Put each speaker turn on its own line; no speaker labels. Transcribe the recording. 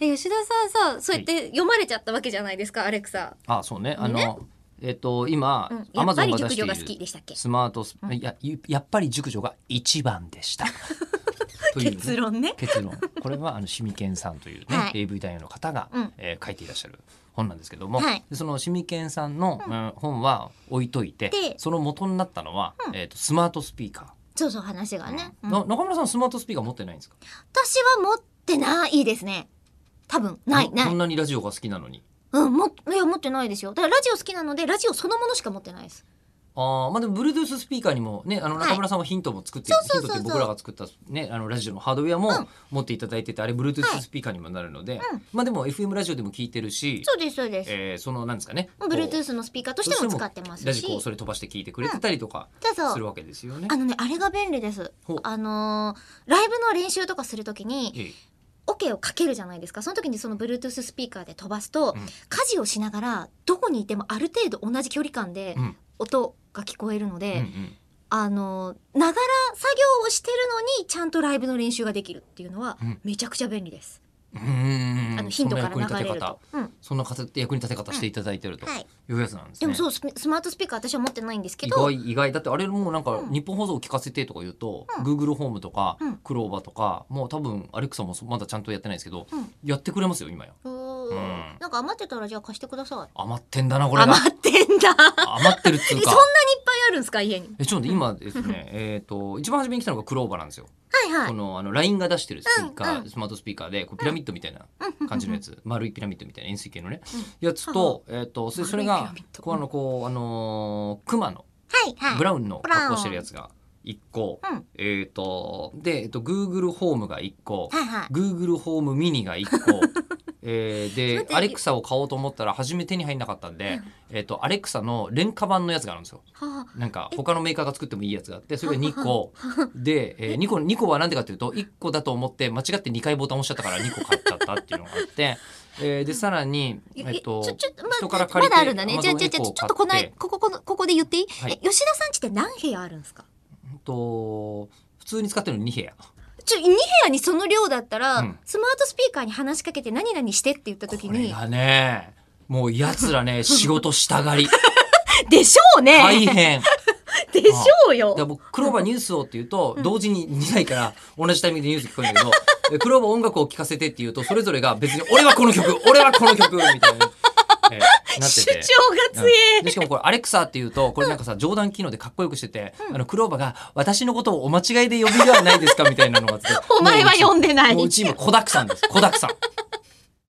え吉田さんさそうやって読まれちゃったわけじゃないですか、アレクサ
あそうねあの、
ね
えっと今、
うんや
アマ
っ
ゾ
ぱ
ン
り
が
熟
出して
女
い
が好き
る
でしたっけ
スマートス、いやゆやっぱり熟女が一番 でしたというね
結論ね
結論これはあのシミケンさんという、ね
はい
AV 男優の方が、
うん
えー書いていらっしゃる本なんですけども、
はい
でそのシミケンさんの、うん本は置いといて
で
その元になったのは、えー、とスマートスピーカ
そうそう話が
ー、
ね、
うん
うん
な中村さんスマートスピーカー持ってないんですか
私は持ってないですね多分ない
こん
な
こ
い
んなにラジオが好きなのに
うんもいや持ってないですよだからラジオ好きなのでラジオそのものしか持ってないです
あーまあでも Bluetooth スピーカーにもねあの
はい
中村さんはヒントも作って、
そうそ
ヒ
うそうそ
ントっ
う
て僕らが作った、ね、あのラジオのハードウェアも
うん
持っていただいてて、あれ Bluetooth
はい
スピーカーにもなるので、
うん
まあでも FM ラジオでも聞いてるし
そうですそうです、
えーそのなんですかねこう
Bluetooth のスピーカーとしても使ってます
ラ
し
ジコをそれ飛ばして聞いてくれてたりとか
そうそう
するわけですよね。
あのねあれが便利です
ほう
あのーライブの練習とかするときに
ええ
オケをかけるじゃないですかその時にその Bluetooth スピーカーで飛ばすと、
うん
家事をしながらどこにいてもある程度同じ距離感で
うん
音が聞こえるので、
うんうん
あのながら作業をしてるのにちゃんとライブの練習ができるっていうのは
うん
めちゃくちゃ便利です、
うーん
あのヒントから
そんな
流れ
役に立
る
て方
と、うん
そんな形役に立て方していただいてると
はい、
いうやつなんですね。
でもそうスピスマートスピーカー私は持ってないんですけ
意
ど
外意外だってあれもうなんか
うん
日本放送を聞かせてとか言うと、
うん
Google ホームとか、
うん
クローバーとかもう多分アレクサもそまだちゃんとやってないですけど、
うん
やってくれますよ今や
おー
うん
なんか余ってたらじゃあ貸してください
余ってんだなこれが
余ってんだ
余ってるっつ
えそんなに
う
いっぱ
か
いあるんですか家に
えちょっと待って今ですねえっと一番初めに来たのがクローバーなんですよ、
はいはい
このあの LINE が出してるスピーカー、
うんう
スマートスピーカーでこうピラミッドみたいな感じのやつ、丸いピラミッドみたいな円錐形のね、やつと,、えー、とそれそ
丸
れ
い
が
ピラミッド
こうあのこうあのー熊の
はいはい
ブラウンの格好してるやつが1個、
うん
えっ、とで、えっと Google ホームが1個、
はいはい
Google ホームミニが1個 え
待
ー
っ
で
て
アレクサを買おうと思ったら初め手に入んなかったんで、えっとアレクサの廉価版のやつがあるんですよ。
は
なんか他のメーカーが作ってもいいやつがあってそれが2個 で、えー、2, 個2個は何でかというと1個だと思って間違って2回ボタン押しちゃったから2個買っちゃったっていうのがあって、えーでさらに、
え
えっと
ちょちょま
人から借り
ま
て
だあるんだね。
Amazon
じゃあじゃあじゃあち
Echo
ょ
を
っとこな
買って
いこここのここで言っていい？
はい
え吉田さん家って何部屋あるんですか？
うんと普通に使ってるの2部屋。
ちょ2部屋にその量だったら、
うん
スマートスピーカーに話しかけて何々してって言った時
これ
に
がねもうやつら ね仕事したがり
でしょうね。
大変だか
でしょうよ。
ら僕クローバーニュースをって言うと同時に2台から同じタイミングでニュース聞こえるんだけどえクローバー音楽を聴かせてって言うとそれぞれが別に俺はこの曲俺はこの曲みたいな、えーなっ
主
て
張
て。
が強
うんでしかもこれアレクサっていうとこれなんかさ冗談機能でかっこよくしてて、あのクローバーが「私の ことをお間違いで呼びではないですか」みたいなのがあって
お前は呼んでない
もううち今子だくさんです子だくさん